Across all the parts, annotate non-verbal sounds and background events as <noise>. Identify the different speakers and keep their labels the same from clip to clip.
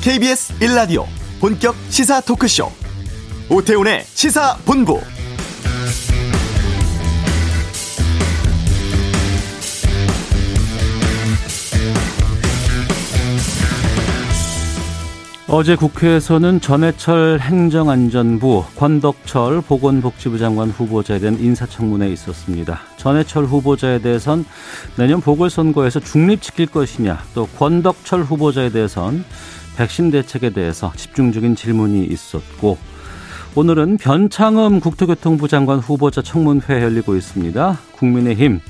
Speaker 1: KBS 1라디오 본격 시사 토크쇼 오태훈의 시사본부
Speaker 2: 어제 국회에서는 전해철 행정안전부, 권덕철 보건복지부 장관 후보자에 대한 인사청문회 있었습니다. 전해철 후보자에 대해선 내년 보궐선거에서 중립지킬 것이냐, 또 권덕철 후보자에 대해선 백신 대책에 대해서 집중적인 질문이 있었고, 오늘은 변창흠 국토교통부 장관 후보자 청문회 열리고 있습니다. 국민의힘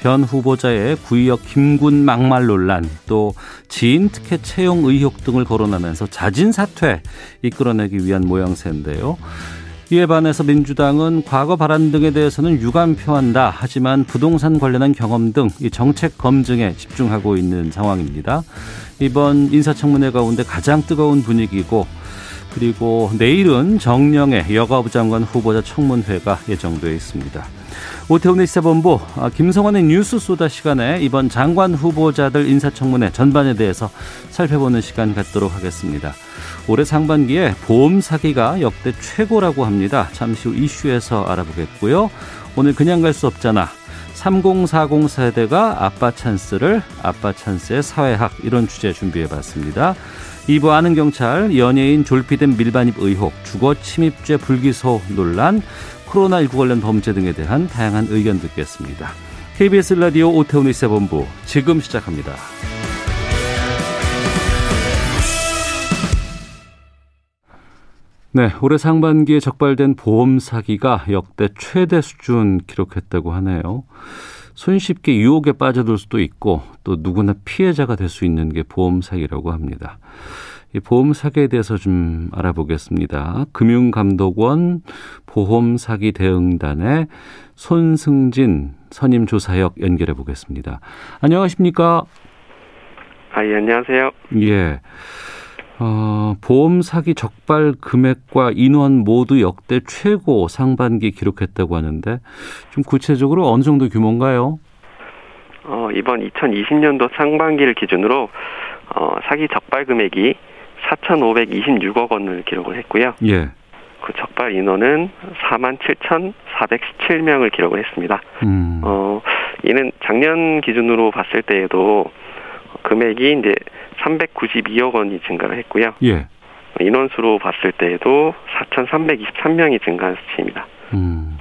Speaker 2: 변 후보자의 구의역 김군 막말 논란, 또 지인 특혜 채용 의혹 등을 거론하면서 자진 사퇴 이끌어내기 위한 모양새인데요. 이에 반해서 민주당은 과거 발언 등에 대해서는 유감표한다. 하지만 부동산 관련한 경험 등 이 정책 검증에 집중하고 있는 상황입니다. 이번 인사청문회 가운데 가장 뜨거운 분위기고 그리고 내일은 정령의 여가부 장관 후보자 청문회가 예정돼 있습니다. 오태훈의 시사본부 아, 김성환의 뉴스 소다 시간에 이번 장관 후보자들 인사청문회 전반에 대해서 살펴보는 시간 갖도록 하겠습니다. 올해 상반기에 보험 사기가 역대 최고라고 합니다. 잠시 후 이슈에서 알아보겠고요. 오늘 그냥 갈 수 없잖아. 3040 세대가 아빠 찬스를 아빠 찬스의 사회학 이런 주제 준비해 봤습니다. 2부 아는 경찰 연예인 졸피된 밀반입 의혹 주거 침입죄 불기소 논란 코로나19 관련 범죄 등에 대한 다양한 의견 듣겠습니다. KBS 라디오 오태훈의 세본부 지금 시작합니다. 네, 올해 상반기에 적발된 보험 사기가 역대 최대 수준 기록했다고 하네요. 손쉽게 유혹에 빠져들 수도 있고 또 누구나 피해자가 될 수 있는 게 보험 사기라고 합니다. 이 보험 사기에 대해서 좀 알아보겠습니다. 금융감독원 보험 사기 대응단의 손승진 선임 조사역 연결해 보겠습니다. 안녕하십니까?
Speaker 3: 아, 예, 안녕하세요.
Speaker 2: 예. 어, 보험 사기 적발 금액과 인원 모두 역대 최고 상반기 기록했다고 하는데 좀 구체적으로 어느 정도 규모인가요?
Speaker 3: 어, 이번 2020년도 상반기를 기준으로 어, 사기 적발 금액이 4,526억 원을 기록을 했고요.
Speaker 2: 예.
Speaker 3: 그 적발 인원은 47,417명을 기록을 했습니다.
Speaker 2: 음.
Speaker 3: 어, 이는 작년 기준으로 봤을 때에도 금액이 이제 392억 원이 증가를 했고요.
Speaker 2: 예.
Speaker 3: 인원수로 봤을 때에도 4,323명이 증가한 수치입니다.
Speaker 2: 음.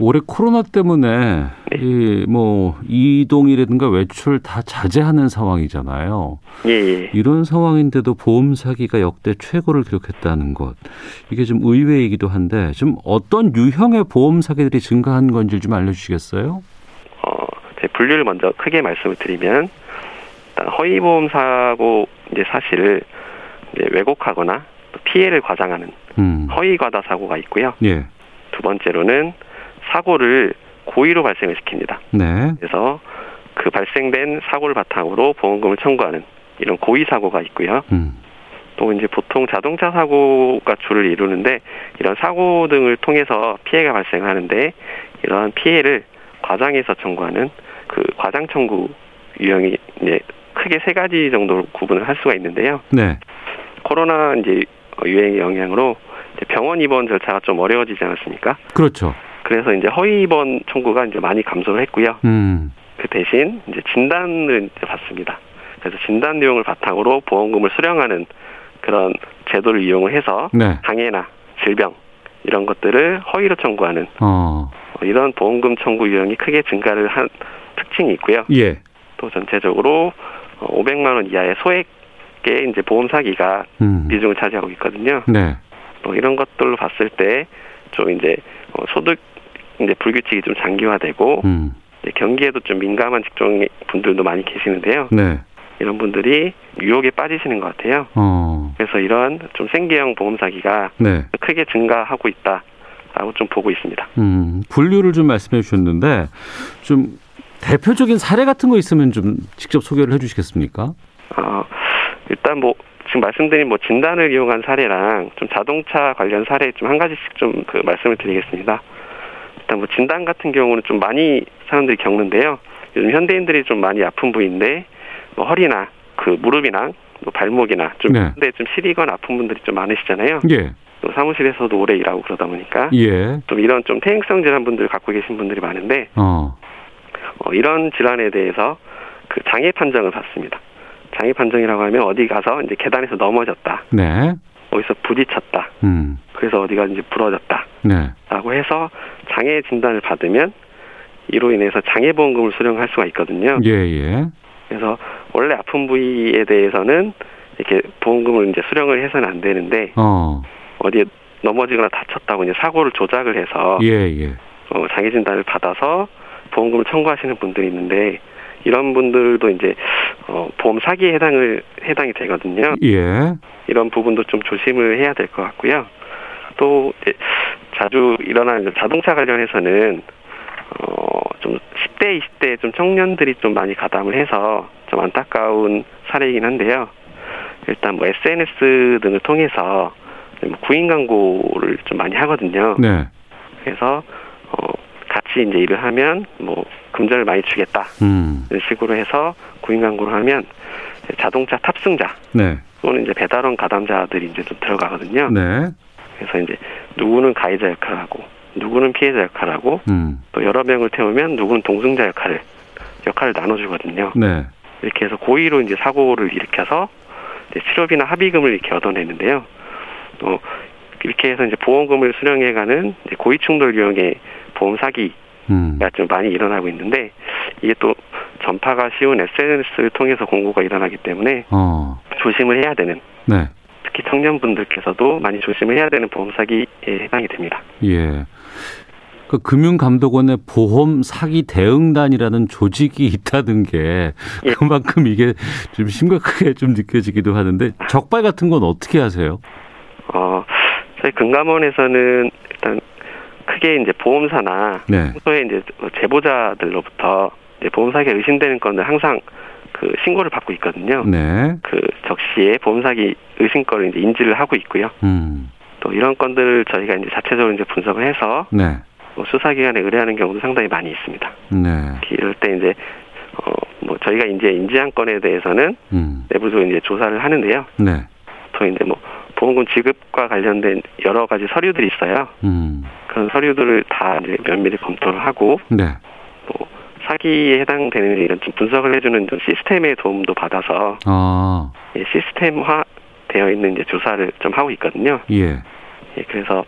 Speaker 2: 올해 코로나 때문에
Speaker 3: 네.
Speaker 2: 이 뭐 이동이라든가 외출 다 자제하는 상황이잖아요.
Speaker 3: 예, 예.
Speaker 2: 이런 상황인데도 보험 사기가 역대 최고를 기록했다는 것 이게 좀 의외이기도 한데 좀 어떤 유형의 보험 사기들이 증가한 건지 좀 알려주시겠어요?
Speaker 3: 어, 제 분류를 먼저 크게 말씀을 드리면, 일단 허위보험 사고 이제 사실을 이제 왜곡하거나 또 피해를 과장하는
Speaker 2: 음.
Speaker 3: 허위과다 사고가 있고요.
Speaker 2: 예.
Speaker 3: 두 번째로는 사고를 고의로 발생을 시킵니다.
Speaker 2: 네.
Speaker 3: 그래서 그 발생된 사고를 바탕으로 보험금을 청구하는 이런 고의 사고가 있고요.
Speaker 2: 음.
Speaker 3: 또 이제 보통 자동차 사고가 주를 이루는데 이런 사고 등을 통해서 피해가 발생하는데 이러한 피해를 과장해서 청구하는 그 과장 청구 유형이 이제 크게 세 가지 정도로 구분을 할 수가 있는데요.
Speaker 2: 네.
Speaker 3: 코로나 이제 유행의 영향으로 이제 병원 입원 절차가 좀 어려워지지 않았습니까?
Speaker 2: 그렇죠.
Speaker 3: 그래서 이제 허위 입원 청구가 이제 많이 감소를 했고요.
Speaker 2: 음.
Speaker 3: 그 대신 이제 진단을 이제 받습니다. 그래서 진단 내용을 바탕으로 보험금을 수령하는 그런 제도를 이용을 해서
Speaker 2: 네.
Speaker 3: 장애나 질병 이런 것들을 허위로 청구하는
Speaker 2: 어.
Speaker 3: 어, 이런 보험금 청구 유형이 크게 증가를 한 특징이 있고요.
Speaker 2: 예.
Speaker 3: 또 전체적으로 어, 500만 원 이하의 소액의 이제 보험 사기가
Speaker 2: 음.
Speaker 3: 비중을 차지하고 있거든요.
Speaker 2: 네.
Speaker 3: 또 이런 것들로 봤을 때 좀 이제 어, 소득 이제 불규칙이 좀 장기화되고
Speaker 2: 음.
Speaker 3: 이제 경기에도 좀 민감한 직종 분들도 많이 계시는데요.
Speaker 2: 네.
Speaker 3: 이런 분들이 유혹에 빠지시는 것 같아요.
Speaker 2: 어.
Speaker 3: 그래서 이런 좀 생계형 보험 사기가
Speaker 2: 네.
Speaker 3: 크게 증가하고 있다라고 좀 보고 있습니다.
Speaker 2: 음. 분류를 좀 말씀해 주셨는데 좀 대표적인 사례 같은 거 있으면 좀 직접 소개를 해 주시겠습니까?
Speaker 3: 어, 일단 뭐 지금 말씀드린 뭐 진단을 이용한 사례랑 좀 자동차 관련 사례 좀 한 가지씩 좀 그 말씀을 드리겠습니다. 일단 뭐 진단 같은 경우는 좀 많이 사람들이 겪는데요. 요즘 현대인들이 좀 많이 아픈 부위인데 뭐 허리나 그 무릎이나 또 발목이나 좀
Speaker 2: 네.
Speaker 3: 근데 좀 시리건 아픈 분들이 좀 많으시잖아요.
Speaker 2: 예.
Speaker 3: 또 사무실에서도 오래 일하고 그러다 보니까
Speaker 2: 예.
Speaker 3: 좀 이런 좀 퇴행성 질환 분들 갖고 계신 분들이 많은데
Speaker 2: 어.
Speaker 3: 어, 이런 질환에 대해서 그 장애 판정을 받습니다. 장애 판정이라고 하면 어디 가서 이제 계단에서 넘어졌다,
Speaker 2: 네.
Speaker 3: 어디서 부딪혔다,
Speaker 2: 음.
Speaker 3: 그래서 어디가 이제 부러졌다.
Speaker 2: 네.
Speaker 3: 라고 해서 장애 진단을 받으면 이로 인해서 장애보험금을 수령할 수가 있거든요.
Speaker 2: 예, 예.
Speaker 3: 그래서 원래 아픈 부위에 대해서는 이렇게 보험금을 이제 수령을 해서는 안 되는데
Speaker 2: 어.
Speaker 3: 어디에 넘어지거나 다쳤다고 이제 사고를 조작을 해서
Speaker 2: 예, 예.
Speaker 3: 어, 장애 진단을 받아서 보험금을 청구하시는 분들이 있는데 이런 분들도 이제 어, 보험 사기에 해당을 해당이 되거든요.
Speaker 2: 예.
Speaker 3: 이런 부분도 좀 조심을 해야 될 것 같고요. 또 이제 자주 일어나는 자동차 관련해서는 어좀 10대, 20대 좀 청년들이 좀 많이 가담을 해서 좀 안타까운 사례이긴 한데요. 일단 뭐 SNS 등을 통해서 뭐 구인 광고를 좀 많이 하거든요.
Speaker 2: 네.
Speaker 3: 그래서 어 같이 이제 일을 하면 뭐 금전을 많이 주겠다
Speaker 2: 음.
Speaker 3: 이런 식으로 해서 구인 광고를 하면 자동차 탑승자
Speaker 2: 네.
Speaker 3: 또는 이제 배달원 가담자들이 이제 좀 들어가거든요.
Speaker 2: 네.
Speaker 3: 그래서 이제 누구는 가해자 역할을 하고 누구는 피해자 역할을 하고
Speaker 2: 음.
Speaker 3: 또 여러 명을 태우면 누구는 동승자 역할을 역할을 나눠주거든요.
Speaker 2: 네.
Speaker 3: 이렇게 해서 고의로 이제 사고를 일으켜서 이제 치료비나 합의금을 이렇게 얻어내는데요. 또 이렇게 해서 이제 보험금을 수령해가는 이제 고의 충돌 유형의 보험 사기가
Speaker 2: 음.
Speaker 3: 좀 많이 일어나고 있는데 이게 또 전파가 쉬운 SNS를 통해서 공고가 일어나기 때문에
Speaker 2: 어.
Speaker 3: 조심을 해야 되는
Speaker 2: 네.
Speaker 3: 특히 청년분들께서도 많이 조심을 해야 되는 보험 사기에 해당이 됩니다.
Speaker 2: 예. 그 금융감독원의 보험 사기 대응단이라는 조직이 <laughs> 있다는 게
Speaker 3: 예.
Speaker 2: 그만큼 이게 좀 심각하게 좀 느껴지기도 하는데 적발 같은 건 어떻게 하세요?
Speaker 3: 어, 저희 금감원에서는 일단 크게 이제 보험사나
Speaker 2: 네.
Speaker 3: 평소에 이제 제보자들로부터 이제 보험사기가 의심되는 건들 항상 그 신고를 받고 있거든요.
Speaker 2: 네.
Speaker 3: 그 적시에 보험사기 의심 건을 이제 인지를 하고 있고요.
Speaker 2: 음.
Speaker 3: 또 이런 건들을 저희가 이제 자체적으로 이제 분석을 해서
Speaker 2: 네.
Speaker 3: 뭐 수사기관에 의뢰하는 경우도 상당히 많이 있습니다.
Speaker 2: 네.
Speaker 3: 이럴 때 이제 어 뭐 저희가 이제 인지한 건에 대해서는
Speaker 2: 음.
Speaker 3: 내부적으로 이제 조사를 하는데요.
Speaker 2: 네.
Speaker 3: 또 이제 뭐 보험금 지급과 관련된 여러 가지 서류들이 있어요.
Speaker 2: 음.
Speaker 3: 그런 서류들을 다 이제 면밀히 검토를 하고
Speaker 2: 네.
Speaker 3: 뭐 사기에 해당되는 이런 좀 분석을 해주는 좀 시스템의 도움도 받아서
Speaker 2: 아,
Speaker 3: 예, 시스템화 되어 있는 이제 조사를 좀 하고 있거든요.
Speaker 2: 예.
Speaker 3: 예, 그래서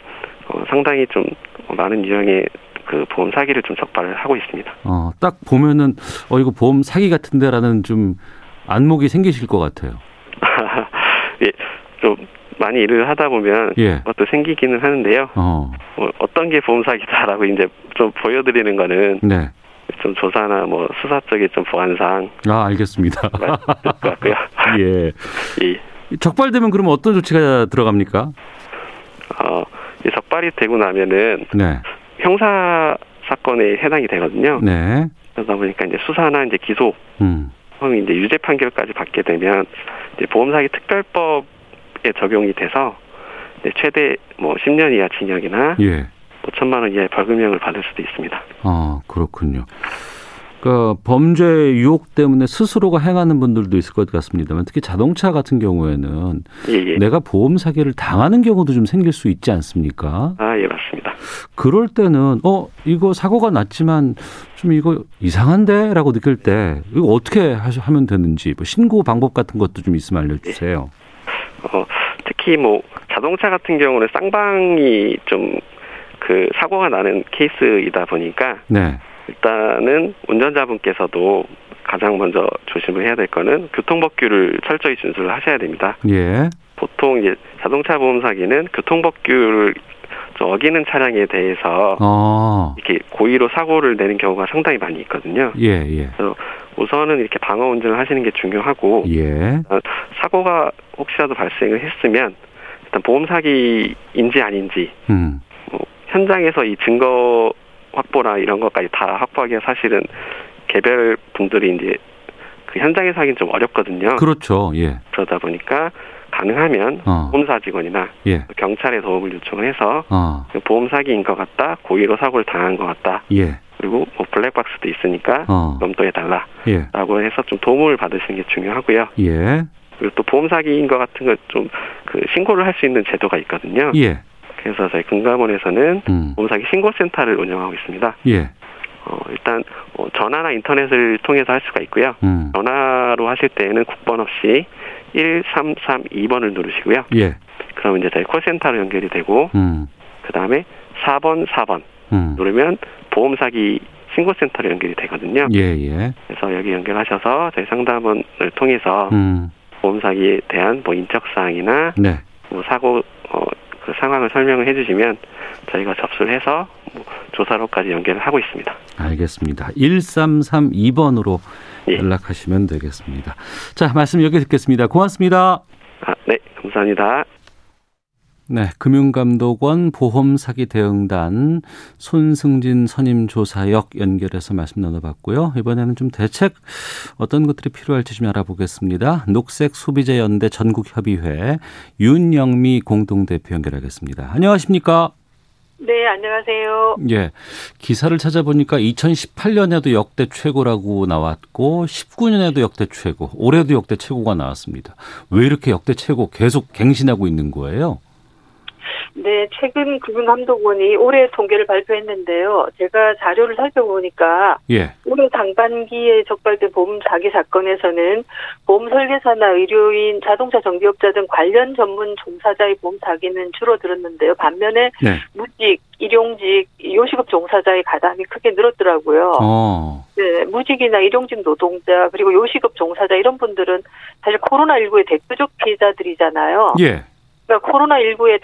Speaker 3: 어, 상당히 좀 많은 유형의 그 보험 사기를 좀 적발을 하고 있습니다.
Speaker 2: 어, 딱 보면은 어 이거 보험 사기 같은데라는 좀 안목이 생기실 것 같아요.
Speaker 3: <laughs> 예, 좀 많이 일을 하다 보면
Speaker 2: 예.
Speaker 3: 그것도 생기기는 하는데요.
Speaker 2: 어.
Speaker 3: 뭐 어떤 게 보험 사기다라고 이제 좀 보여드리는 거는
Speaker 2: 네.
Speaker 3: 좀 조사나 뭐 수사 쪽에 좀 보완상
Speaker 2: 아, 알겠습니다.
Speaker 3: 말씀드릴
Speaker 2: <laughs>
Speaker 3: 것 같고요.
Speaker 2: 예.
Speaker 3: 예.
Speaker 2: 적발되면 그러면 어떤 조치가 들어갑니까?
Speaker 3: 어, 이 적발이 되고 나면은
Speaker 2: 네.
Speaker 3: 형사 사건에 해당이 되거든요.
Speaker 2: 네.
Speaker 3: 그러다 보니까 이제 수사나 이제 기소
Speaker 2: 음.
Speaker 3: 혹은 이제 유죄 판결까지 받게 되면 이제 보험사기 특별법에 적용이 돼서 이제 최대 뭐 10년 이하 징역이나 뭐
Speaker 2: 예.
Speaker 3: 5천만 원 이하의 벌금형을 받을 수도 있습니다.
Speaker 2: 아, 그렇군요. 그러니까 범죄 유혹 때문에 스스로가 행하는 분들도 있을 것 같습니다만 특히 자동차 같은 경우에는
Speaker 3: 예, 예.
Speaker 2: 내가 보험 사기를 당하는 경우도 좀 생길 수 있지 않습니까?
Speaker 3: 아, 예, 맞습니다.
Speaker 2: 그럴 때는 어 이거 사고가 났지만 좀 이거 이상한데라고 느낄 때 이거 어떻게 하셔- 하면 되는지 뭐 신고 방법 같은 것도 좀 있으면 알려주세요.
Speaker 3: 어, 특히 뭐 자동차 같은 경우는 쌍방이 좀 그 사고가 나는 케이스이다 보니까
Speaker 2: 네,
Speaker 3: 일단은 운전자분께서도 가장 먼저 조심을 해야 될 거는 교통법규를 철저히 준수를 하셔야 됩니다.
Speaker 2: 예,
Speaker 3: 보통 이제 자동차 보험 사기는 교통법규를 좀 어기는 차량에 대해서
Speaker 2: 어,
Speaker 3: 이렇게 고의로 사고를 내는 경우가 상당히 많이 있거든요.
Speaker 2: 예, 예,
Speaker 3: 우선은 이렇게 방어 운전을 하시는 게 중요하고
Speaker 2: 예,
Speaker 3: 사고가 혹시라도 발생을 했으면 일단 보험 사기인지 아닌지
Speaker 2: 음,
Speaker 3: 현장에서 이 증거 확보나 이런 것까지 다 확보하기가 사실은 개별 분들이 이제 그 현장에서 하긴 좀 어렵거든요.
Speaker 2: 그렇죠, 예,
Speaker 3: 그러다 보니까 가능하면
Speaker 2: 어,
Speaker 3: 보험사 직원이나
Speaker 2: 예,
Speaker 3: 경찰의 도움을 요청을 해서
Speaker 2: 아,
Speaker 3: 보험 사기인 것 같다, 고의로 사고를 당한 것 같다,
Speaker 2: 예,
Speaker 3: 그리고 뭐 블랙박스도 있으니까
Speaker 2: 어,
Speaker 3: 검토해달라라고
Speaker 2: 예,
Speaker 3: 해서 좀 도움을 받으시는 게 중요하고요.
Speaker 2: 예,
Speaker 3: 그리고 또 보험 사기인 것 같은 건 좀 그 신고를 할 수 있는 제도가 있거든요.
Speaker 2: 예.
Speaker 3: 그래서 저희 금감원에서는
Speaker 2: 음.
Speaker 3: 보험 사기 신고 센터를 운영하고 있습니다.
Speaker 2: 예.
Speaker 3: 어, 일단 어, 전화나 인터넷을 통해서 할 수가 있고요.
Speaker 2: 음.
Speaker 3: 전화로 하실 때에는 국번 없이 1332번을 누르시고요.
Speaker 2: 예.
Speaker 3: 그러면 이제 저희 콜센터로 연결이 되고
Speaker 2: 음.
Speaker 3: 그다음에 4번 4번
Speaker 2: 음.
Speaker 3: 누르면 보험 사기 신고센터로 연결이 되거든요.
Speaker 2: 예, 예.
Speaker 3: 그래서 여기 연결하셔서 저희 상담원을 통해서
Speaker 2: 음.
Speaker 3: 보험 사기에 대한 뭐 인적 사항이나
Speaker 2: 네.
Speaker 3: 뭐 사고 어, 그 상황을 설명을 해주시면 저희가 접수를 해서 뭐 조사로까지 연결을 하고 있습니다.
Speaker 2: 알겠습니다. 1332번으로
Speaker 3: 예.
Speaker 2: 연락하시면 되겠습니다. 자, 말씀 여기 듣겠습니다. 고맙습니다.
Speaker 3: 아, 네, 감사합니다.
Speaker 2: 네, 금융감독원 보험사기대응단 손승진 선임조사역 연결해서 말씀 나눠봤고요. 이번에는 좀 대책 어떤 것들이 필요할지 좀 알아보겠습니다. 녹색소비자연대 전국협의회 윤영미 공동대표 연결하겠습니다. 안녕하십니까?
Speaker 4: 네, 안녕하세요.
Speaker 2: 예. 기사를 찾아보니까 2018년에도 역대 최고라고 나왔고 19년에도 역대 최고, 올해도 역대 최고가 나왔습니다. 왜 이렇게 역대 최고 계속 갱신하고 있는 거예요?
Speaker 4: 네, 최근 금융감독원이 올해 통계를 발표했는데요. 제가 자료를 살펴보니까
Speaker 2: 예.
Speaker 4: 올해 당반기에 적발된 보험 사기 사건에서는 보험 설계사나 의료인, 자동차 정비업자 등 관련 전문 종사자의 보험 사기는 줄어들었는데요. 반면에
Speaker 2: 네.
Speaker 4: 무직, 일용직, 요식업 종사자의 가담이 크게 늘었더라고요.
Speaker 2: 어.
Speaker 4: 네, 무직이나 일용직 노동자 그리고 요식업 종사자 이런 분들은 사실 코로나19의 대표적 피해자들이잖아요.
Speaker 2: 예.
Speaker 4: 그러니까 코로나19의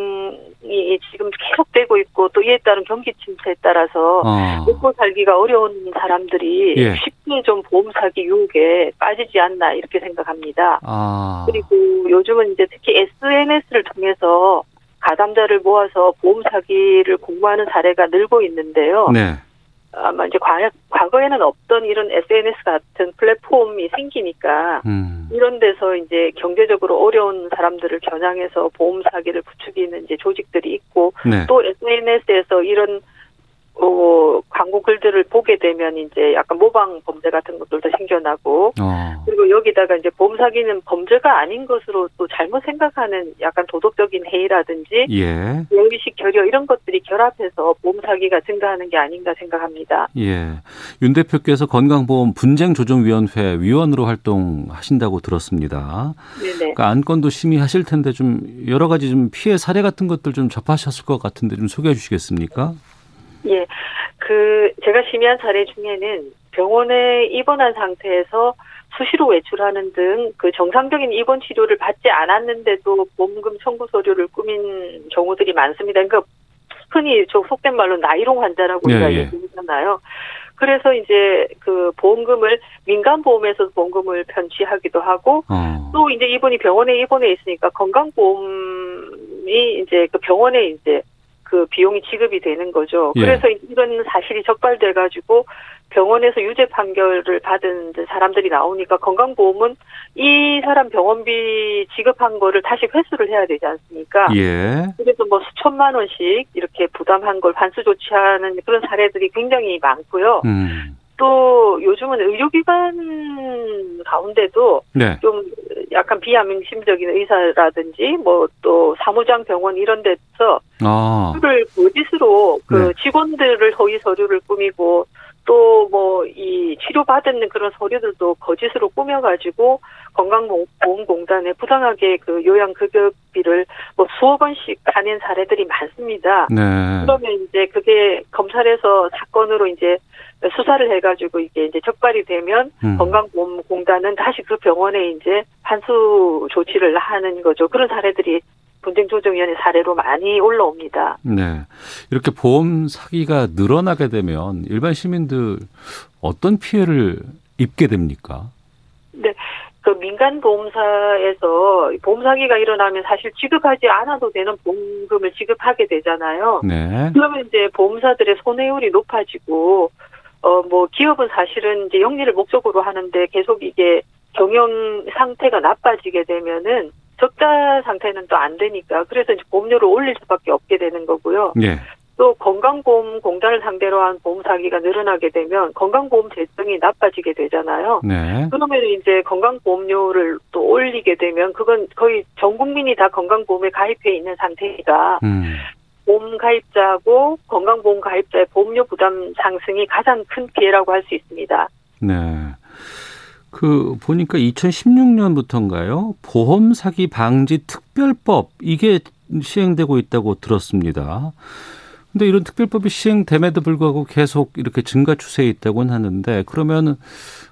Speaker 4: 대유행이 지금 계속되고 있고 또 이에 따른 경기 침체에 따라서
Speaker 2: 어.
Speaker 4: 먹고 살기가 어려운 사람들이
Speaker 2: 예.
Speaker 4: 쉽게 좀 보험 사기 유혹에 빠지지 않나 이렇게 생각합니다.
Speaker 2: 아.
Speaker 4: 그리고 요즘은 이제 특히 SNS를 통해서 가담자를 모아서 보험 사기를 공모하는 사례가 늘고 있는데요.
Speaker 2: 네.
Speaker 4: 아마 이제 과- 과거에는 없던 이런 SNS 같은 플랫폼이 생기니까
Speaker 2: 음.
Speaker 4: 이런 데서 이제 경제적으로 어려운 사람들을 겨냥해서 보험 사기를 부추기는 이제 조직들이 있고
Speaker 2: 네.
Speaker 4: 또 SNS에서 이런 어, 광고 글들을 보게 되면 이제 약간 모방 범죄 같은 것들도 생겨나고
Speaker 2: 어.
Speaker 4: 그리고 여기다가 이제 보험 사기는 범죄가 아닌 것으로 또 잘못 생각하는 약간 도덕적인 해이라든지
Speaker 2: 예.
Speaker 4: 예의식 결여 이런 것들이 결합해서 보험 사기가 증가하는 게 아닌가 생각합니다.
Speaker 2: 예. 윤 대표께서 건강보험 분쟁조정위원회 위원으로 활동하신다고 들었습니다.
Speaker 4: 네네.
Speaker 2: 그러니까 안건도 심의하실 텐데 좀 여러 가지 좀 피해 사례 같은 것들 좀 접하셨을 것 같은데 좀 소개해 주시겠습니까?
Speaker 4: 예, 그 제가 심의한 사례 중에는 병원에 입원한 상태에서 수시로 외출하는 등 그 정상적인 입원 치료를 받지 않았는데도 보험금 청구 서류를 꾸민 경우들이 많습니다. 그러니까 흔히 저 속된 말로 나이롱 환자라고
Speaker 2: 예,
Speaker 4: 우리가
Speaker 2: 예.
Speaker 4: 얘기하잖아요. 그래서 이제 그 보험금을 민간 보험에서 보험금을 편취하기도 하고
Speaker 2: 어.
Speaker 4: 또 이제 이분이 병원에 입원해 있으니까 건강보험이 이제 그 병원에 이제 그 비용이 지급이 되는 거죠.
Speaker 2: 예.
Speaker 4: 그래서 이런 사실이 적발돼 가지고 병원에서 유죄 판결을 받은 이제 사람들이 나오니까 건강보험은 이 사람 병원비 지급한 거를 다시 회수를 해야 되지 않습니까?
Speaker 2: 예.
Speaker 4: 그래서 뭐 수천만 원씩 이렇게 부담한 걸 반수 조치하는 그런 사례들이 굉장히 많고요.
Speaker 2: 음.
Speaker 4: 또 요즘은 의료기관 가운데도
Speaker 2: 네.
Speaker 4: 좀 약간 비양심적인 의사라든지 뭐 또 사무장 병원 이런 데서
Speaker 2: 아.
Speaker 4: 서류를 거짓으로 그 직원들을 허위 서류를 꾸미고 또 뭐 이 치료받은 그런 서류들도 거짓으로 꾸며가지고 건강보험공단에 부당하게 그 요양급여비를 뭐 수억 원씩 가낸 사례들이 많습니다.
Speaker 2: 네.
Speaker 4: 그러면 이제 그게 검찰에서 사건으로 이제 수사를 해가지고 이게 이제 적발이 되면
Speaker 2: 음.
Speaker 4: 건강보험공단은 다시 그 병원에 이제 환수 조치를 하는 거죠. 그런 사례들이 분쟁조정위원회 사례로 많이 올라옵니다.
Speaker 2: 네. 이렇게 보험 사기가 늘어나게 되면 일반 시민들 어떤 피해를 입게 됩니까?
Speaker 4: 그 민간 보험사에서 보험 사기가 일어나면 사실 지급하지 않아도 되는 보험금을 지급하게 되잖아요.
Speaker 2: 네.
Speaker 4: 그러면 이제 보험사들의 손해율이 높아지고 어 뭐 기업은 사실은 이제 영리를 목적으로 하는데 계속 이게 경영 상태가 나빠지게 되면은 적자 상태는 또 안 되니까 그래서 이제 보험료를 올릴 수밖에 없게 되는 거고요.
Speaker 2: 예.
Speaker 4: 또 건강보험 공단을 상대로 한 보험 사기가 늘어나게 되면 건강보험 재정이 나빠지게 되잖아요.
Speaker 2: 네.
Speaker 4: 그러면 이제 건강보험료를 또 올리게 되면 그건 거의 전 국민이 다 건강보험에 가입해 있는 상태니까
Speaker 2: 음.
Speaker 4: 보험 가입자하고 건강보험 가입자의 보험료 부담 상승이 가장 큰 피해라고 할 수 있습니다.
Speaker 2: 네. 그 보니까 2016년부터인가요? 보험 사기 방지 특별법 이게 시행되고 있다고 들었습니다. 근데 이런 특별법이 시행됨에도 불구하고 계속 이렇게 증가 추세에 있다고는 하는데 그러면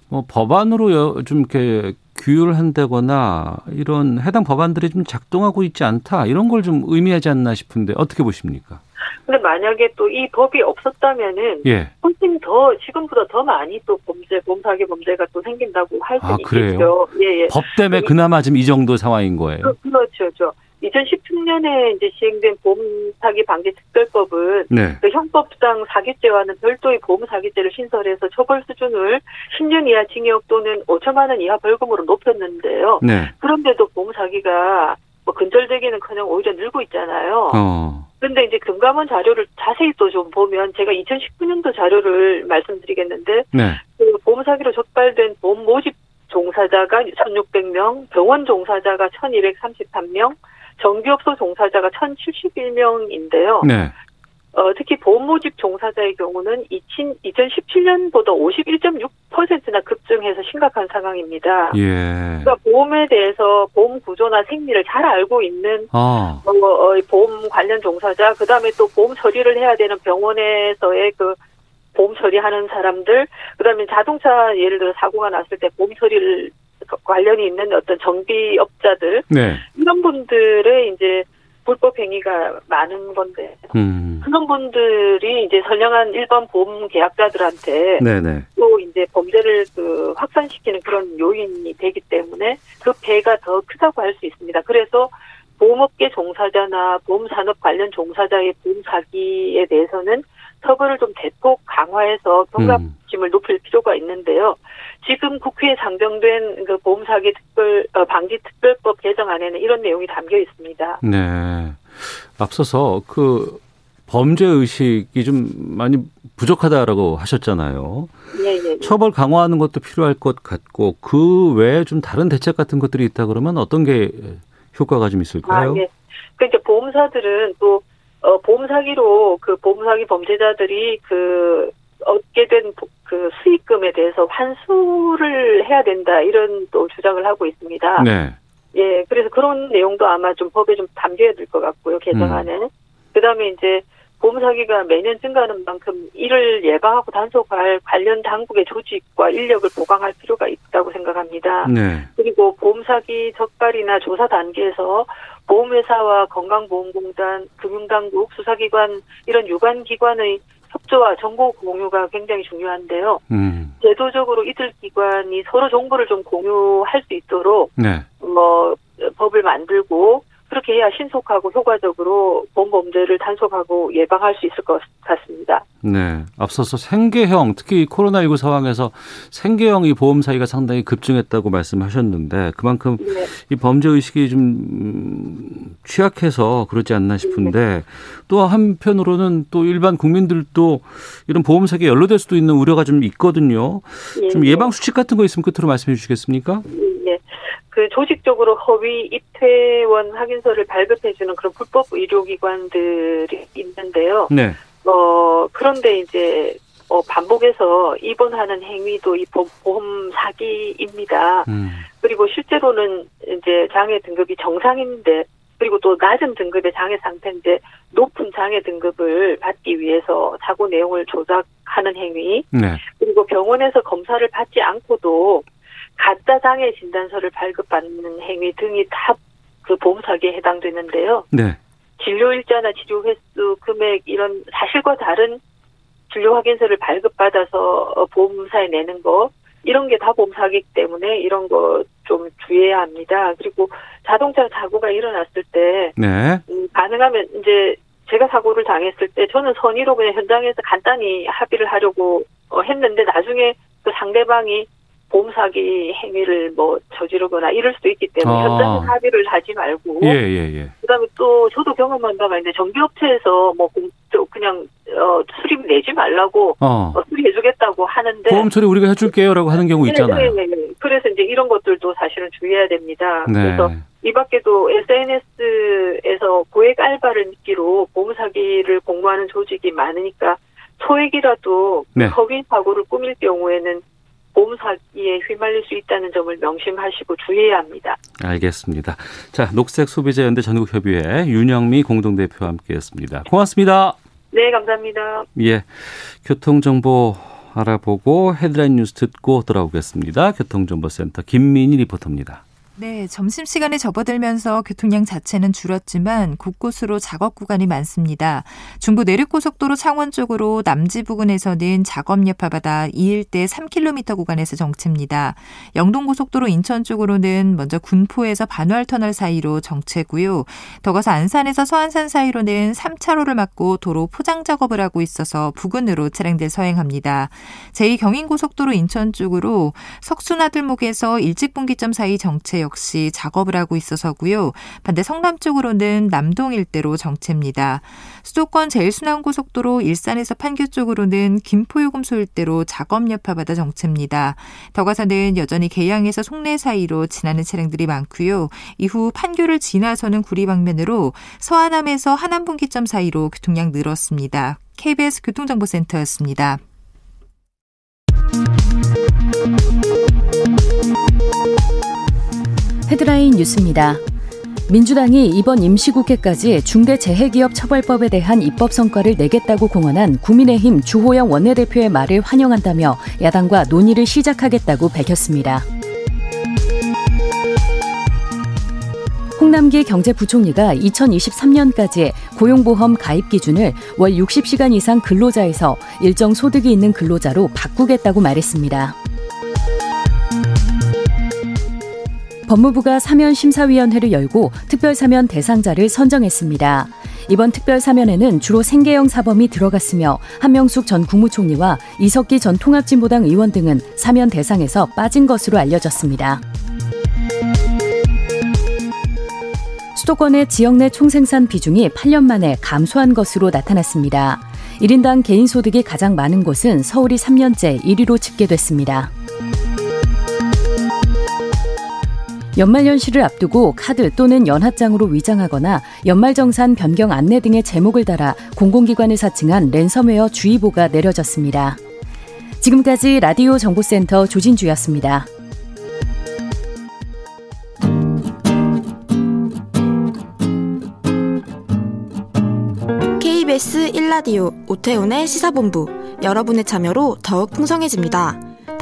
Speaker 2: 뭐 법안으로 여- 좀 이렇게 규율한다거나 이런 해당 법안들이 좀 작동하고 있지 않다 이런 걸 좀 의미하지 않나 싶은데 어떻게 보십니까?
Speaker 4: 근데 만약에 또 이 법이 없었다면은
Speaker 2: 예.
Speaker 4: 훨씬 더 지금보다 더 많이 또 범죄 보험 사기 범죄가 또 생긴다고 할 수
Speaker 2: 아, 그래요? 네.
Speaker 4: 있겠죠. 예, 예.
Speaker 2: 법 때문에 그나마 지금 이 정도 상황인 거예요.
Speaker 4: 그, 그렇죠. 저 2017년에 이제 시행된 보험 사기 방지 특별법은
Speaker 2: 네.
Speaker 4: 그 형법상 사기죄와는 별도의 보험 사기죄를 신설해서 처벌 수준을 10년 이하 징역 또는 5천만 원 이하 벌금으로 높였는데요.
Speaker 2: 네.
Speaker 4: 그런데도 보험 사기가 뭐 근절되기는커녕 오히려 늘고 있잖아요.
Speaker 2: 어.
Speaker 4: 근데 이제 금감원 자료를 자세히 또 좀 보면 제가 2019년도 자료를 말씀드리겠는데
Speaker 2: 네.
Speaker 4: 그 보험 사기로 적발된 보험 모집 종사자가 1,600명, 병원 종사자가 1,233명, 정기업소 종사자가 1,071명인데요.
Speaker 2: 네.
Speaker 4: 어, 특히 보험 모집 종사자의 경우는 2017년보다 51.6%나 급증해서 심각한 상황입니다.
Speaker 2: 예.
Speaker 4: 그러니까 보험에 대해서 보험 구조나 생리를 잘 알고 있는
Speaker 2: 아,
Speaker 4: 어, 어, 보험 관련 종사자, 그 다음에 또 보험 처리를 해야 되는 병원에서의 그 보험 처리하는 사람들, 그 다음에 자동차 예를 들어 사고가 났을 때 보험 처리를 관련이 있는 어떤 정비업자들,
Speaker 2: 네.
Speaker 4: 이런 분들의 이제 불법 행위가 많은 건데,
Speaker 2: 음.
Speaker 4: 그런 분들이 이제 선량한 일반 보험 계약자들한테
Speaker 2: 네네.
Speaker 4: 또 이제 범죄를 그 확산시키는 그런 요인이 되기 때문에 그 배가 더 크다고 할 수 있습니다. 그래서 보험업계 종사자나 보험산업 관련 종사자의 보험 사기에 대해서는 처벌을 좀 대폭 강화해서 경감심을
Speaker 2: 음.
Speaker 4: 높일 필요가 있는데요. 지금 국회에 상정된 그 보험 사기 특별 어, 방지 특별법 개정안에는 이런 내용이 담겨 있습니다.
Speaker 2: 네. 앞서서 그 범죄 의식이 좀 많이 부족하다라고 하셨잖아요.
Speaker 4: 예, 예, 예.
Speaker 2: 처벌 강화하는 것도 필요할 것 같고 그 외에 좀 다른 대책 같은 것들이 있다 그러면 어떤 게 효과가 좀
Speaker 4: 아,
Speaker 2: 있을까요?
Speaker 4: 예. 그러니까 보험사들은 또 어, 보험 사기로 그 보험 사기 범죄자들이 그 얻게 된 그 수익금에 대해서 환수를 해야 된다 이런 또 주장을 하고 있습니다.
Speaker 2: 네.
Speaker 4: 예, 그래서 그런 내용도 아마 좀 법에 좀 담겨야 될 것 같고요 개정안에. 그다음에 이제 보험 사기가 매년 증가하는 만큼 이를 예방하고 단속할 관련 당국의 조직과 인력을 보강할 필요가 있다고 생각합니다.
Speaker 2: 네.
Speaker 4: 그리고 보험사기 적발이나 조사 단계에서 보험회사와 건강보험공단, 금융당국, 수사기관 이런 유관기관의 협조와 정보 공유가 굉장히 중요한데요.
Speaker 2: 음.
Speaker 4: 제도적으로 이들 기관이 서로 정보를 좀 공유할 수 있도록
Speaker 2: 네.
Speaker 4: 뭐 법을 만들고 그렇게 해야 신속하고 효과적으로 보험 범죄를 단속하고 예방할 수 있을 것 같습니다.
Speaker 2: 네. 앞서서 생계형, 특히 코로나19 상황에서 생계형 이 보험 사이가 상당히 급증했다고 말씀하셨는데 그만큼
Speaker 4: 네.
Speaker 2: 이 범죄 의식이 좀 음, 취약해서 그러지 않나 싶은데 또 한편으로는 또 일반 국민들도 이런 보험 사기에 연루될 수도 있는 우려가 좀 있거든요. 좀
Speaker 4: 예.
Speaker 2: 예방 수칙 같은 거 있으면 끝으로 말씀해 주시겠습니까?
Speaker 4: 예. 그 조직적으로 허위 입퇴원 확인서를 발급해주는 그런 불법 의료기관들이 있는데요.
Speaker 2: 네.
Speaker 4: 어, 그런데 이제, 어, 반복해서 입원하는 행위도 이 보- 보험 사기입니다.
Speaker 2: 음.
Speaker 4: 그리고 실제로는 이제 장애 등급이 정상인데, 그리고 또 낮은 등급의 장애 상태인데, 높은 장애 등급을 받기 위해서 사고 내용을 조작하는 행위,
Speaker 2: 네.
Speaker 4: 그리고 병원에서 검사를 받지 않고도 가짜 장애 진단서를 발급받는 행위 등이 다 그 보험 사기에 해당되는데요.
Speaker 2: 네.
Speaker 4: 진료 일자나 치료 횟수, 금액 이런 사실과 다른 진료 확인서를 발급받아서 어, 보험사에 내는 거 이런 게 다 보험 사기이기 때문에 이런 거 좀 주의해야 합니다. 그리고 자동차 사고가 일어났을 때
Speaker 2: 네.
Speaker 4: 음, 가능하면 이제 제가 사고를 당했을 때 저는 선의로 그냥 현장에서 간단히 합의를 하려고 어, 했는데 나중에 그 상대방이 보험 사기 행위를 뭐 저지르거나 이럴 수도 있기 때문에
Speaker 2: 아.
Speaker 4: 현장에 합의를 하지 말고
Speaker 2: 예, 예, 예.
Speaker 4: 그다음에 또 저도 경험한 바가 있는데 전기업체에서 뭐 공- 저 그냥 어, 수립 내지 말라고
Speaker 2: 어.
Speaker 4: 어, 수리해주겠다고 하는데
Speaker 2: 보험 처리 우리가 해줄게요라고 하는 경우
Speaker 4: 네,
Speaker 2: 있잖아요.
Speaker 4: 네, 네, 네. 그래서 이제 이런 것들도 사실은 주의해야 됩니다.
Speaker 2: 네.
Speaker 4: 그래서 이 밖에도 SNS에서 고액 알바를 미끼로 보험 사기를 공모하는 조직이 많으니까 소액이라도
Speaker 2: 네.
Speaker 4: 법인 사고를 꾸밀 경우에는 보험 사기에 휘말릴 수 있다는 점을 명심하시고 주의해야 합니다.
Speaker 2: 알겠습니다. 자, 녹색 소비자 연대 전국 협의회 윤영미 공동 대표와 함께했습니다. 고맙습니다.
Speaker 4: 네, 감사합니다.
Speaker 2: 예. 교통 정보 알아보고 헤드라인 뉴스 듣고 돌아오겠습니다. 교통정보센터 김민희 리포터입니다.
Speaker 5: 네, 점심시간에 접어들면서 교통량 자체는 줄었지만 곳곳으로 작업 구간이 많습니다. 중부 내륙고속도로 창원 쪽으로 남지 부근에서는 작업 여파받아 2일대 3km 구간에서 정체입니다. 영동고속도로 인천 쪽으로는 먼저 군포에서 반월터널 사이로 정체고요. 더 가서 안산에서 서안산 사이로는 3차로를 막고 도로 포장 작업을 하고 있어서 부근으로 차량들 서행합니다. 제2경인고속도로 인천 쪽으로 석순아들목에서 일직분기점 사이 정체 역시 작업을 하고 있어서고요. 반대 성남 쪽으로는 남동 일대로 정체입니다. 수도권 제일순환고속도로 일산에서 판교 쪽으로는 김포요금소 일대로 작업 여파받아 정체입니다. 더 가서는 여전히 계양에서 송내 사이로 지나는 차량들이 많고요. 이후 판교를 지나서는 구리 방면으로 서하남에서 하남분기점 사이로 교통량 늘었습니다. KBS 교통정보센터였습니다.
Speaker 6: 헤드라인 뉴스입니다. 민주당이 이번 임시국회까지 중대재해기업처벌법에 대한 입법 성과를 내겠다고 공언한 국민의힘 주호영 원내대표의 말을 환영한다며 야당과 논의를 시작하겠다고 밝혔습니다. 홍남기 경제부총리가 2023년까지 고용보험 가입 기준을 월 60시간 이상 근로자에서 일정 소득이 있는 근로자로 바꾸겠다고 말했습니다. 법무부가 사면 심사위원회를 열고 특별 사면 대상자를 선정했습니다. 이번 특별 사면에는 주로 생계형 사범이 들어갔으며 한명숙 전 국무총리와 이석기 전 통합진보당 의원 등은 사면 대상에서 빠진 것으로 알려졌습니다. 수도권의 지역 내 총생산 비중이 8년 만에 감소한 것으로 나타났습니다. 1인당 개인 소득이 가장 많은 곳은 서울이 3년째 1위로 집계됐습니다. 연말연시를 앞두고 카드 또는 연합장으로 위장하거나 연말정산 변경 안내 등의 제목을 달아 공공기관을 사칭한 랜섬웨어 주의보가 내려졌습니다. 지금까지 라디오 정보센터 조진주였습니다.
Speaker 7: KBS 1라디오 오태훈의 시사본부 여러분의 참여로 더욱 풍성해집니다.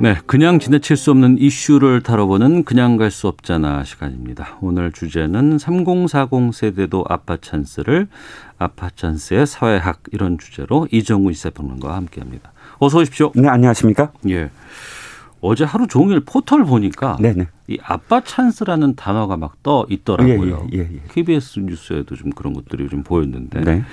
Speaker 2: 네, 그냥 지나칠 수 없는 이슈를 다뤄보는 그냥 갈 수 없잖아 시간입니다. 오늘 주제는 3040 세대도 아빠 찬스를 아빠 찬스의 사회학 이런 주제로 이정우 시사평론가와 함께합니다. 어서 오십시오.
Speaker 8: 네, 안녕하십니까?
Speaker 2: 예. 어제 하루 종일 포털 보니까
Speaker 8: 네, 네.
Speaker 2: 이 아빠 찬스라는 단어가 막 떠 있더라고요.
Speaker 8: 예, 예, 예, 예.
Speaker 2: KBS 뉴스에도 좀 그런 것들이 좀 보였는데
Speaker 8: 네.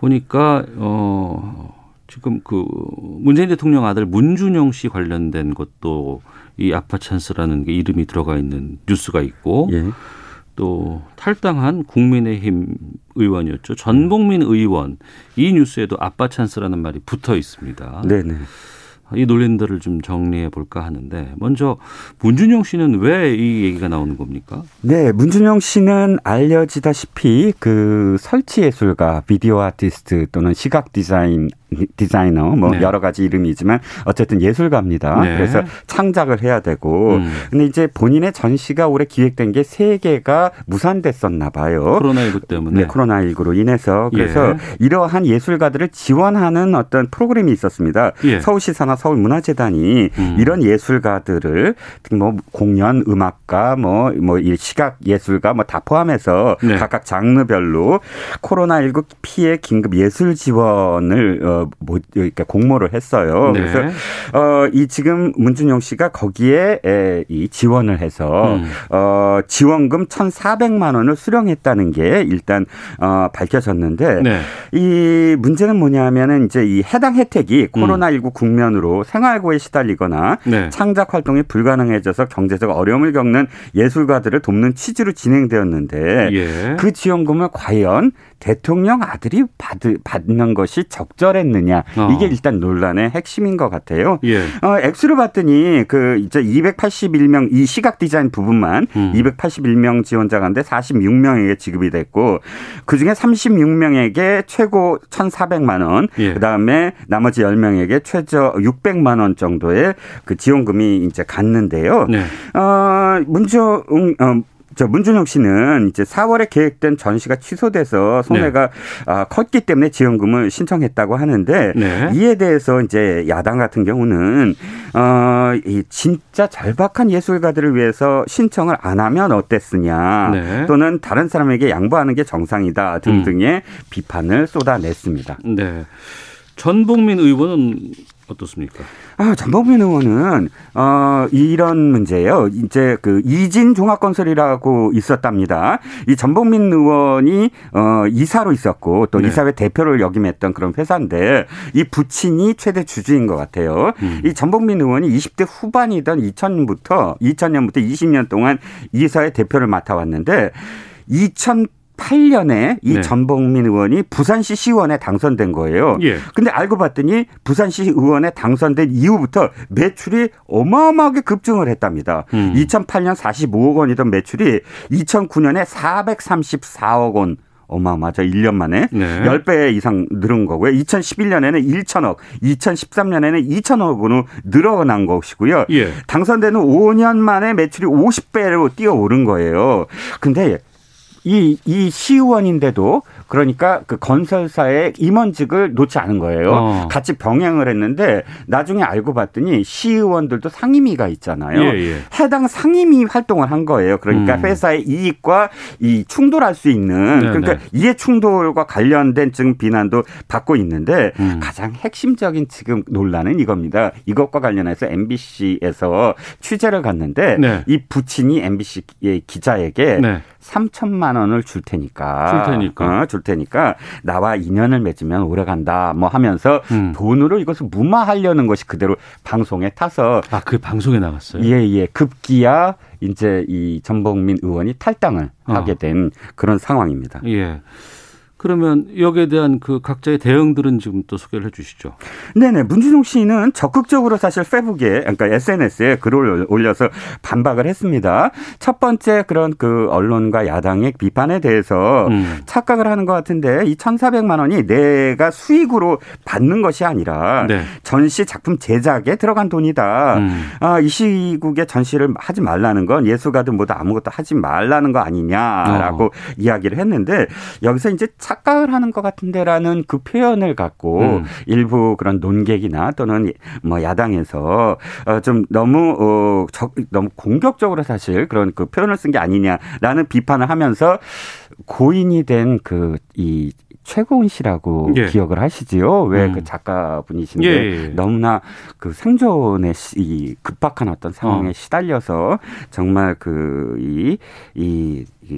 Speaker 2: 보니까 어 지금 그 문재인 대통령 아들 문준용 씨 관련된 것도 이 아빠 찬스라는 게 이름이 들어가 있는 뉴스가 있고
Speaker 8: 예.
Speaker 2: 또 탈당한 국민의힘 의원이었죠 전복민 의원 이 뉴스에도 아빠 찬스라는 말이 붙어 있습니다.
Speaker 8: 네, 네.
Speaker 2: 이 논란들을 좀 정리해 볼까 하는데 먼저 문준용 씨는 왜 이 얘기가 나오는 겁니까?
Speaker 8: 네, 문준영 씨는 알려지다시피 그 설치 예술가, 비디오 아티스트 또는 시각 디자인 디자이너 뭐
Speaker 2: 네.
Speaker 8: 여러 가지 이름이지만 어쨌든 예술가입니다.
Speaker 2: 네.
Speaker 8: 그래서 창작을 해야 되고
Speaker 2: 음.
Speaker 8: 근데 이제 본인의 전시가 올해 기획된 게 세 개가 무산됐었나
Speaker 2: 그렇죠.
Speaker 8: 봐요.
Speaker 2: 코로나19 때문에
Speaker 8: 네, 코로나19로 인해서 그래서
Speaker 2: 예.
Speaker 8: 이러한 예술가들을 지원하는 어떤 프로그램이 있었습니다.
Speaker 2: 예.
Speaker 8: 서울시사나 서울문화재단이
Speaker 2: 음.
Speaker 8: 이런 예술가들을 특히 뭐 공연 음악가 뭐뭐 시각 예술가 뭐 다 포함해서
Speaker 2: 네.
Speaker 8: 각각 장르별로 코로나19 피해 긴급 예술 지원을 어, 뭐, 이렇게 공모를 했어요.
Speaker 2: 네.
Speaker 8: 그래서 어, 이 지금 문준용 씨가 거기에 에, 이 지원을 해서
Speaker 2: 음.
Speaker 8: 어, 지원금 1,400만 원을 수령했다는 게 일단 어, 밝혀졌는데
Speaker 2: 네.
Speaker 8: 이 문제는 뭐냐면은 이제 이 해당 혜택이 코로나19 국면으로 생활고에 시달리거나
Speaker 2: 음. 네.
Speaker 8: 창작 활동이 불가능해져서 경제적 어려움을 겪는 예술가들을 돕는 취지로 진행되었는데
Speaker 2: 예.
Speaker 8: 그 지원금을 과연 대통령 아들이 받, 받는 것이 적절했느냐
Speaker 2: 어.
Speaker 8: 이게 일단 논란의 핵심인 것 같아요.
Speaker 2: 예.
Speaker 8: 어, 액수를 봤더니 그 이제 281명 이 시각 디자인 부분만
Speaker 2: 음.
Speaker 8: 281명 지원자가인데 46명에게 지급이 됐고 그 중에 36명에게 최고 1,400만 원,
Speaker 2: 예.
Speaker 8: 그다음에 나머지 10명에게 최저 600만 원 정도의 그 지원금이 이제 갔는데요.
Speaker 2: 네.
Speaker 8: 어, 문조, 응, 어, 저 문준혁 씨는 이제 4월에 계획된 전시가 취소돼서 손해가
Speaker 2: 네.
Speaker 8: 아, 컸기 때문에 지원금을 신청했다고 하는데
Speaker 2: 네.
Speaker 8: 이에 대해서 이제 야당 같은 경우는 어, 이 진짜 절박한 예술가들을 위해서 신청을 안 하면 어땠으냐
Speaker 2: 네.
Speaker 8: 또는 다른 사람에게 양보하는 게 정상이다 등등의
Speaker 2: 음.
Speaker 8: 비판을 쏟아냈습니다.
Speaker 2: 네. 전복민 의원은 어떻습니까?
Speaker 8: 아, 전범민 의원은 어 이런 문제예요. 이제 그 이진 종합건설이라고 있었답니다. 이 전범민 의원이 어 이사로 있었고 또
Speaker 2: 네.
Speaker 8: 이사회 대표를 역임했던 그런 회사인데 이 부친이 최대 주주인 것 같아요.
Speaker 2: 음.
Speaker 8: 이 전범민 의원이 20대 후반이던 2000년부터 2000년부터 20년 동안 이사회 대표를 맡아왔는데 2000 8년에 이
Speaker 2: 네.
Speaker 8: 전범민 의원이 부산시 시의원에 당선된 거예요.
Speaker 2: 예.
Speaker 8: 근데 알고 봤더니 부산시 의원에 당선된 이후부터 매출이 어마어마하게 급증을 했답니다.
Speaker 2: 음.
Speaker 8: 2008년 45억 원이던 매출이 2009년에 434억 원. 어마어마하죠. 1년 만에
Speaker 2: 네.
Speaker 8: 10배 이상 늘은 거고요. 2011년에는 1천억, 2013년에는 2천억으로 늘어난 것이고요.
Speaker 2: 예.
Speaker 8: 당선되는 5년 만에 매출이 50배로 뛰어오른 거예요. 근데 이, 이 시의원인데도 그러니까 그 건설사의 임원직을 놓지 않은 거예요.
Speaker 2: 어.
Speaker 8: 같이 병행을 했는데 나중에 알고 봤더니 시의원들도 상임위가 있잖아요.
Speaker 2: 예, 예.
Speaker 8: 해당 상임위 활동을 한 거예요. 그러니까
Speaker 2: 음.
Speaker 8: 회사의 이익과 이 충돌할 수 있는
Speaker 2: 네,
Speaker 8: 그러니까
Speaker 2: 네.
Speaker 8: 이해 충돌과 관련된 지금 비난도 받고 있는데
Speaker 2: 음.
Speaker 8: 가장 핵심적인 지금 논란은 이겁니다. 이것과 관련해서 MBC에서 취재를 갔는데
Speaker 2: 네.
Speaker 8: 이 부친이 MBC의 기자에게
Speaker 2: 네.
Speaker 8: 3천만 원을 줄 테니까.
Speaker 2: 줄 테니까.
Speaker 8: 어, 줄 테니까 나와 인연을 맺으면 오래 간다. 뭐 하면서
Speaker 2: 음.
Speaker 8: 돈으로 이것을 무마하려는 것이 그대로 방송에 타서
Speaker 2: 아, 그게 방송에 나갔어요.
Speaker 8: 예예 급기야 이제 이 전복민 의원이 탈당을
Speaker 2: 어.
Speaker 8: 하게 된 그런 상황입니다.
Speaker 2: 예. 그러면 여기에 대한 그 각자의 대응들은 지금 또 소개를 해 주시죠.
Speaker 8: 네네 문준용 씨는 적극적으로 사실 페북에 그러니까 SNS에 글을 올려서 반박을 했습니다. 첫 번째 그런 그 언론과 야당의 비판에 대해서
Speaker 2: 음.
Speaker 8: 착각을 하는 것 같은데 이 1,400만 원이 내가 수익으로 받는 것이 아니라
Speaker 2: 네.
Speaker 8: 전시 작품 제작에 들어간 돈이다.
Speaker 2: 음.
Speaker 8: 아, 이 시국에 전시를 하지 말라는 건 예술가들 모두 아무것도 하지 말라는 거 아니냐라고
Speaker 2: 어.
Speaker 8: 이야기를 했는데 여기서 이제 착각을 하는 것 같은데라는 그 표현을 갖고
Speaker 2: 음.
Speaker 8: 일부 그런 논객이나 또는 뭐 야당에서 어, 좀 너무 어, 적- 너무 공격적으로 사실 그런 그 표현을 쓴 게 아니냐라는 비판을 하면서 고인이 된 그 이 최고은 씨라고
Speaker 2: 예.
Speaker 8: 기억을 하시지요? 왜 그
Speaker 2: 음.
Speaker 8: 작가분이신데
Speaker 2: 예, 예, 예.
Speaker 8: 너무나 그 생존의 시- 이 급박한 어떤 상황에
Speaker 2: 어.
Speaker 8: 시달려서 정말 그이이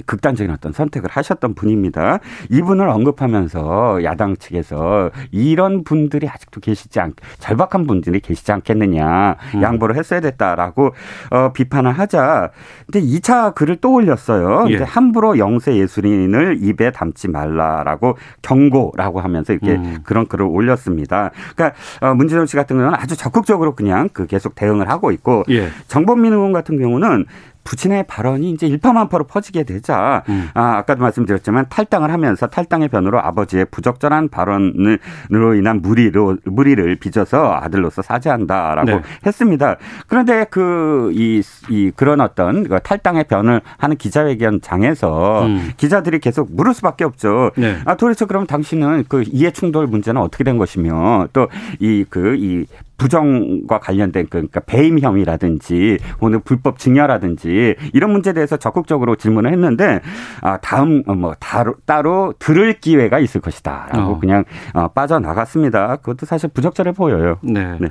Speaker 8: 극단적인 어떤 선택을 하셨던 분입니다. 이분을 언급하면서 야당 측에서 이런 분들이 아직도 계시지 않 절박한 분들이 계시지 않겠느냐
Speaker 2: 음.
Speaker 8: 양보를 했어야 됐다라고 어, 비판을 하자. 근데 2차 글을 또 올렸어요.
Speaker 2: 예.
Speaker 8: 이제 함부로 영세 예술인을 입에 담지 말라라고 경고라고 하면서 이렇게
Speaker 2: 음.
Speaker 8: 그런 글을 올렸습니다. 그러니까 어, 문재인 씨 같은 경우는 아주 적극적으로 그냥 그 계속 대응을 하고 있고
Speaker 2: 예.
Speaker 8: 정범민 의원 같은 경우는 부친의 발언이 이제 일파만파로 퍼지게 되자
Speaker 2: 음.
Speaker 8: 아, 아까도 말씀드렸지만 탈당을 하면서 탈당의 변으로 아버지의 부적절한 발언으로 인한 무리로 무리를 빚어서 아들로서 사죄한다라고
Speaker 2: 네.
Speaker 8: 했습니다. 그런데 그이 이 그런 어떤 그 탈당의 변을 하는 기자회견 장에서
Speaker 2: 음.
Speaker 8: 기자들이 계속 물을 수밖에 없죠.
Speaker 2: 네.
Speaker 8: 아 도대체 그럼 당신은 그 이해 충돌 문제는 어떻게 된 것이며 또 이 그 이 부정과 관련된 그러니까 배임 혐의라든지 오늘 불법 증여라든지 이런 문제에 대해서 적극적으로 질문을 했는데 아 다음 뭐 따로, 따로 들을 기회가 있을 것이다라고
Speaker 2: 어.
Speaker 8: 그냥 어, 빠져나갔습니다. 그것도 사실 부적절해 보여요.
Speaker 2: 네.
Speaker 8: 네.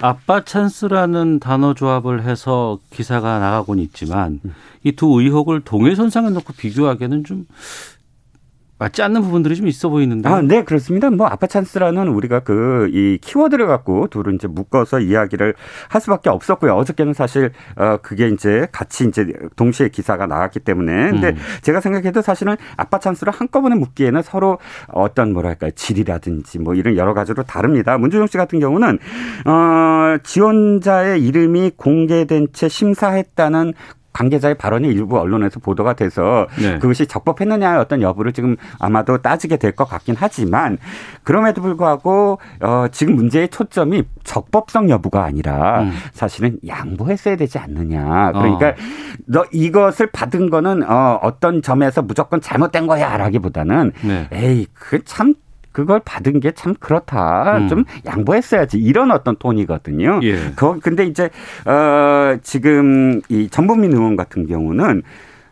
Speaker 2: 아빠 찬스라는 단어 조합을 해서 기사가 나가곤 있지만 이 두 의혹을 동해선상에 놓고 비교하기에는 좀 맞지 않는 부분들이 좀 있어 보이는데.
Speaker 8: 아, 네, 그렇습니다. 뭐, 아빠 찬스라는 우리가 그, 이 키워드를 갖고 둘은 이제 묶어서 이야기를 할 수밖에 없었고요. 어저께는 사실, 어, 그게 이제 같이 이제 동시에 기사가 나왔기 때문에. 근데
Speaker 2: 음.
Speaker 8: 제가 생각해도 사실은 아빠 찬스를 한꺼번에 묶기에는 서로 어떤 뭐랄까요. 질이라든지 뭐 이런 여러 가지로 다릅니다. 문준영 씨 같은 경우는, 어, 지원자의 이름이 공개된 채 심사했다는 관계자의 발언이 일부 언론에서 보도가 돼서
Speaker 2: 네.
Speaker 8: 그것이 적법했느냐의 어떤 여부를 지금 아마도 따지게 될 것 같긴 하지만 그럼에도 불구하고 어, 지금 문제의 초점이 적법성 여부가 아니라
Speaker 2: 음.
Speaker 8: 사실은 양보했어야 되지 않느냐. 그러니까
Speaker 2: 어.
Speaker 8: 너 이것을 받은 거는 어, 어떤 점에서 무조건 잘못된 거야라기보다는
Speaker 2: 네.
Speaker 8: 에이 그참 그걸 받은 게 참 그렇다.
Speaker 2: 음.
Speaker 8: 좀 양보했어야지. 이런 어떤 톤이거든요.
Speaker 2: 예.
Speaker 8: 그 근데 이제 어 지금 이 전범민 의원 같은 경우는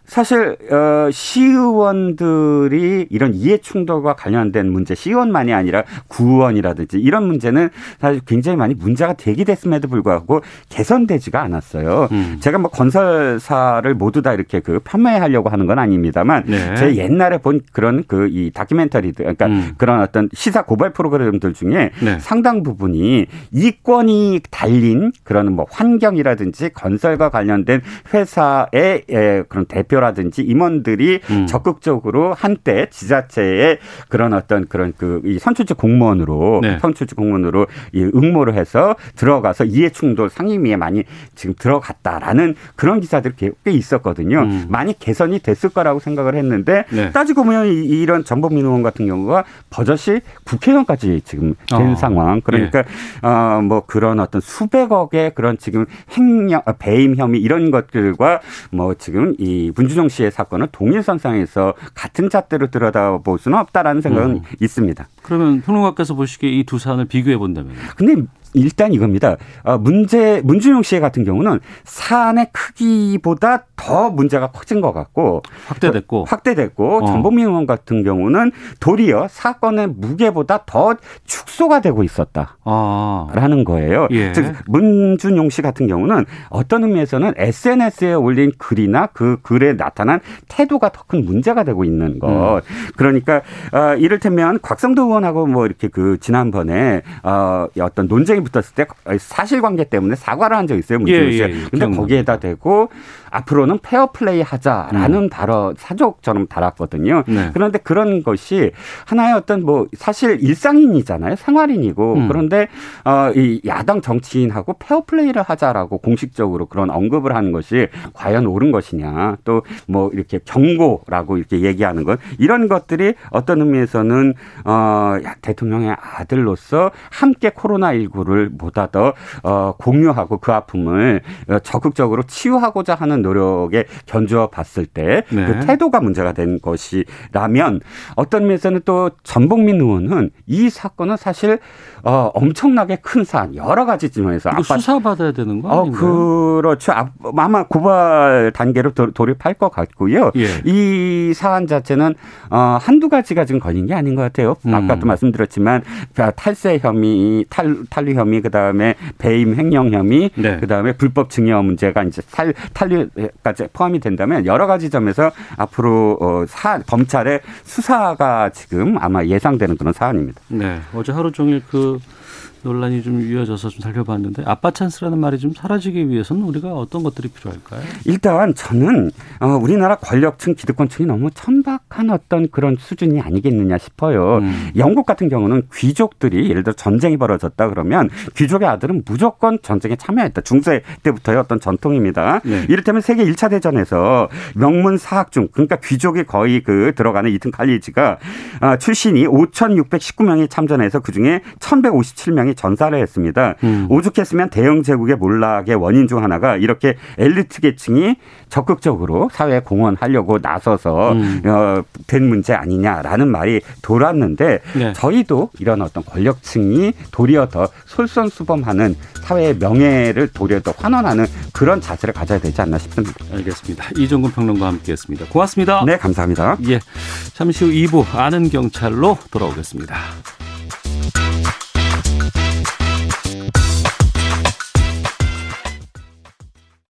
Speaker 8: 사실 어 시의원들이 이런 이해 충돌과 관련된 문제 시의원만이 아니라 구의원이라든지 이런 문제는 사실 굉장히 많이 문제가 제기됐음에도 불구하고 개선되지가 않았어요.
Speaker 2: 음.
Speaker 8: 제가 뭐 건설사를 모두 다 이렇게 그 판매하려고 하는 건 아닙니다만
Speaker 2: 네.
Speaker 8: 제 옛날에 본 그런 그 이 다큐멘터리들 그러니까
Speaker 2: 음.
Speaker 8: 그런 어떤 시사 고발 프로그램들 중에
Speaker 2: 네.
Speaker 8: 상당 부분이 이권이 달린 그런 뭐 환경이라든지 건설과 관련된 회사의 예, 그런 대표라든지 임원들이
Speaker 2: 음.
Speaker 8: 적극적으로 한때 지자체의 그런 어떤 그런 그 이 선출직 공무원으로
Speaker 2: 네.
Speaker 8: 선출직 공무원으로 이 응모를 해서 들어가서 이해충돌 상임위에 많이 지금 들어갔다라는 그런 기사들이 꽤- 꽤 있었거든요.
Speaker 2: 음.
Speaker 8: 많이 개선이 됐을 거라고 생각을 했는데
Speaker 2: 네.
Speaker 8: 따지고 보면 이- 이런 전범민 의원 같은 경우가 버젓이 국회의원까지 지금 된
Speaker 2: 어.
Speaker 8: 상황. 그러니까
Speaker 2: 예.
Speaker 8: 어, 뭐 그런 어떤 수백억의 그런 지금 횡령, 아, 배임 혐의 이런 것들과 뭐 지금 이 문준영 씨의 사건은 동일선상에서 같은 잣대로 들여다볼 수는 없다라는 생각은
Speaker 2: 음.
Speaker 8: 있습니다.
Speaker 2: 그러면 평론가께서 보시기에 이 두 사안을 비교해 본다면.
Speaker 8: 근데 일단 이겁니다. 어, 문제 문준용 씨 같은 경우는 사안의 크기보다 더 문제가 커진 것 같고
Speaker 2: 확대됐고.
Speaker 8: 확대됐고
Speaker 2: 어.
Speaker 8: 전범민 의원 같은 경우는 도리어 사건의 무게보다 더 축소가 되고 있었다.
Speaker 2: 아.
Speaker 8: 라는 거예요.
Speaker 2: 예.
Speaker 8: 즉 문준용 씨 같은 경우는 어떤 의미에서는 SNS에 올린 글이나 그 글에 나타난 태도가 더 큰 문제가 되고 있는 것. 그러니까 어, 이를테면 곽성도 의원하고 뭐 이렇게 그 지난번에 어, 어떤 논쟁이 붙었을 때 사실관계 때문에 사과를 한 적이 있어요. 문준용
Speaker 2: 예,
Speaker 8: 씨가.
Speaker 2: 예, 예.
Speaker 8: 근데
Speaker 2: 기억납니다.
Speaker 8: 거기에다 대고 앞으로는 페어플레이 하자라는 발언 사족처럼 달았거든요.
Speaker 2: 음. 네.
Speaker 8: 그런데 그런 것이 하나의 어떤 뭐 사실 일상인이잖아요. 생활인이고
Speaker 2: 음.
Speaker 8: 그런데 어, 이 야당 정치인하고 페어플레이를 하자라고 공식적으로 그런 언급을 하는 것이 과연 옳은 것이냐 또 뭐 이렇게 경고라고 이렇게 얘기하는 것 이런 것들이 어떤 의미에서는 어, 야, 대통령의 아들로서 함께 코로나19를 보다 더 어, 공유하고 그 아픔을 어, 적극적으로 치유하고자 하는 노력에 견주어 봤을 때 그
Speaker 2: 네.
Speaker 8: 태도가 문제가 된 것이라면 어떤 면에서는 또 전복민 의원은 이 사건은 사실 어, 엄청나게 큰 사안 여러 가지 측면에서
Speaker 2: 이거
Speaker 8: 아빠
Speaker 2: 수사받아야 되는 거
Speaker 8: 어,
Speaker 2: 아닌가요?
Speaker 8: 그렇죠. 아, 아마 고발 단계로 도, 돌입할 것 같고요.
Speaker 2: 예.
Speaker 8: 이 사안 자체는 어, 한두 가지가 지금 걸린 게 아닌 것 같아요.
Speaker 2: 음.
Speaker 8: 아까도 말씀드렸지만 자, 탈세 혐의, 탈, 탈류 혐의, 그다음에 배임 횡령 혐의,
Speaker 2: 네.
Speaker 8: 그다음에 불법 증여 문제가 이제 탈, 탈류까지 포함이 된다면 여러 가지 점에서 앞으로 어, 사, 검찰의 수사가 지금 아마 예상되는 그런 사안입니다.
Speaker 2: 네. 어제 하루 종일 그 논란이 좀 이어져서 좀 살펴봤는데 아빠 찬스라는 말이 좀 사라지기 위해서는 우리가 어떤 것들이 필요할까요?
Speaker 8: 일단 저는 어, 우리나라 권력층 기득권층이 너무 천박한 어떤 그런 수준이 아니겠느냐 싶어요.
Speaker 2: 음.
Speaker 8: 영국 같은 경우는 귀족들이 예를 들어 전쟁이 벌어졌다 그러면 귀족의 아들은 무조건 전쟁에 참여했다. 중세 때부터의 어떤 전통입니다.
Speaker 2: 네.
Speaker 8: 이를테면 세계 1차 대전에서 명문 사학중 그러니까 귀족이 거의 그 들어가는 이튼 칼리지가 아, 출신이 5,619명이 참전해서 그중에 1,157명이 전사를 했습니다.
Speaker 2: 음.
Speaker 8: 오죽했으면 대형 제국의 몰락의 원인 중 하나가 이렇게 엘리트 계층이 적극적으로 사회에 공헌하려고 나서서
Speaker 2: 음.
Speaker 8: 어, 된 문제 아니냐라는 말이 돌았는데
Speaker 2: 네.
Speaker 8: 저희도 이런 어떤 권력층이 도리어 더 솔선수범하는 사회의 명예를 도리어 더 환원하는 그런 자세를 가져야 되지 않나 싶습니다.
Speaker 2: 알겠습니다. 이종근 평론가와 함께했습니다. 고맙습니다.
Speaker 8: 네, 감사합니다.
Speaker 2: 예. 잠시 후 2부 아는 경찰로 돌아오겠습니다.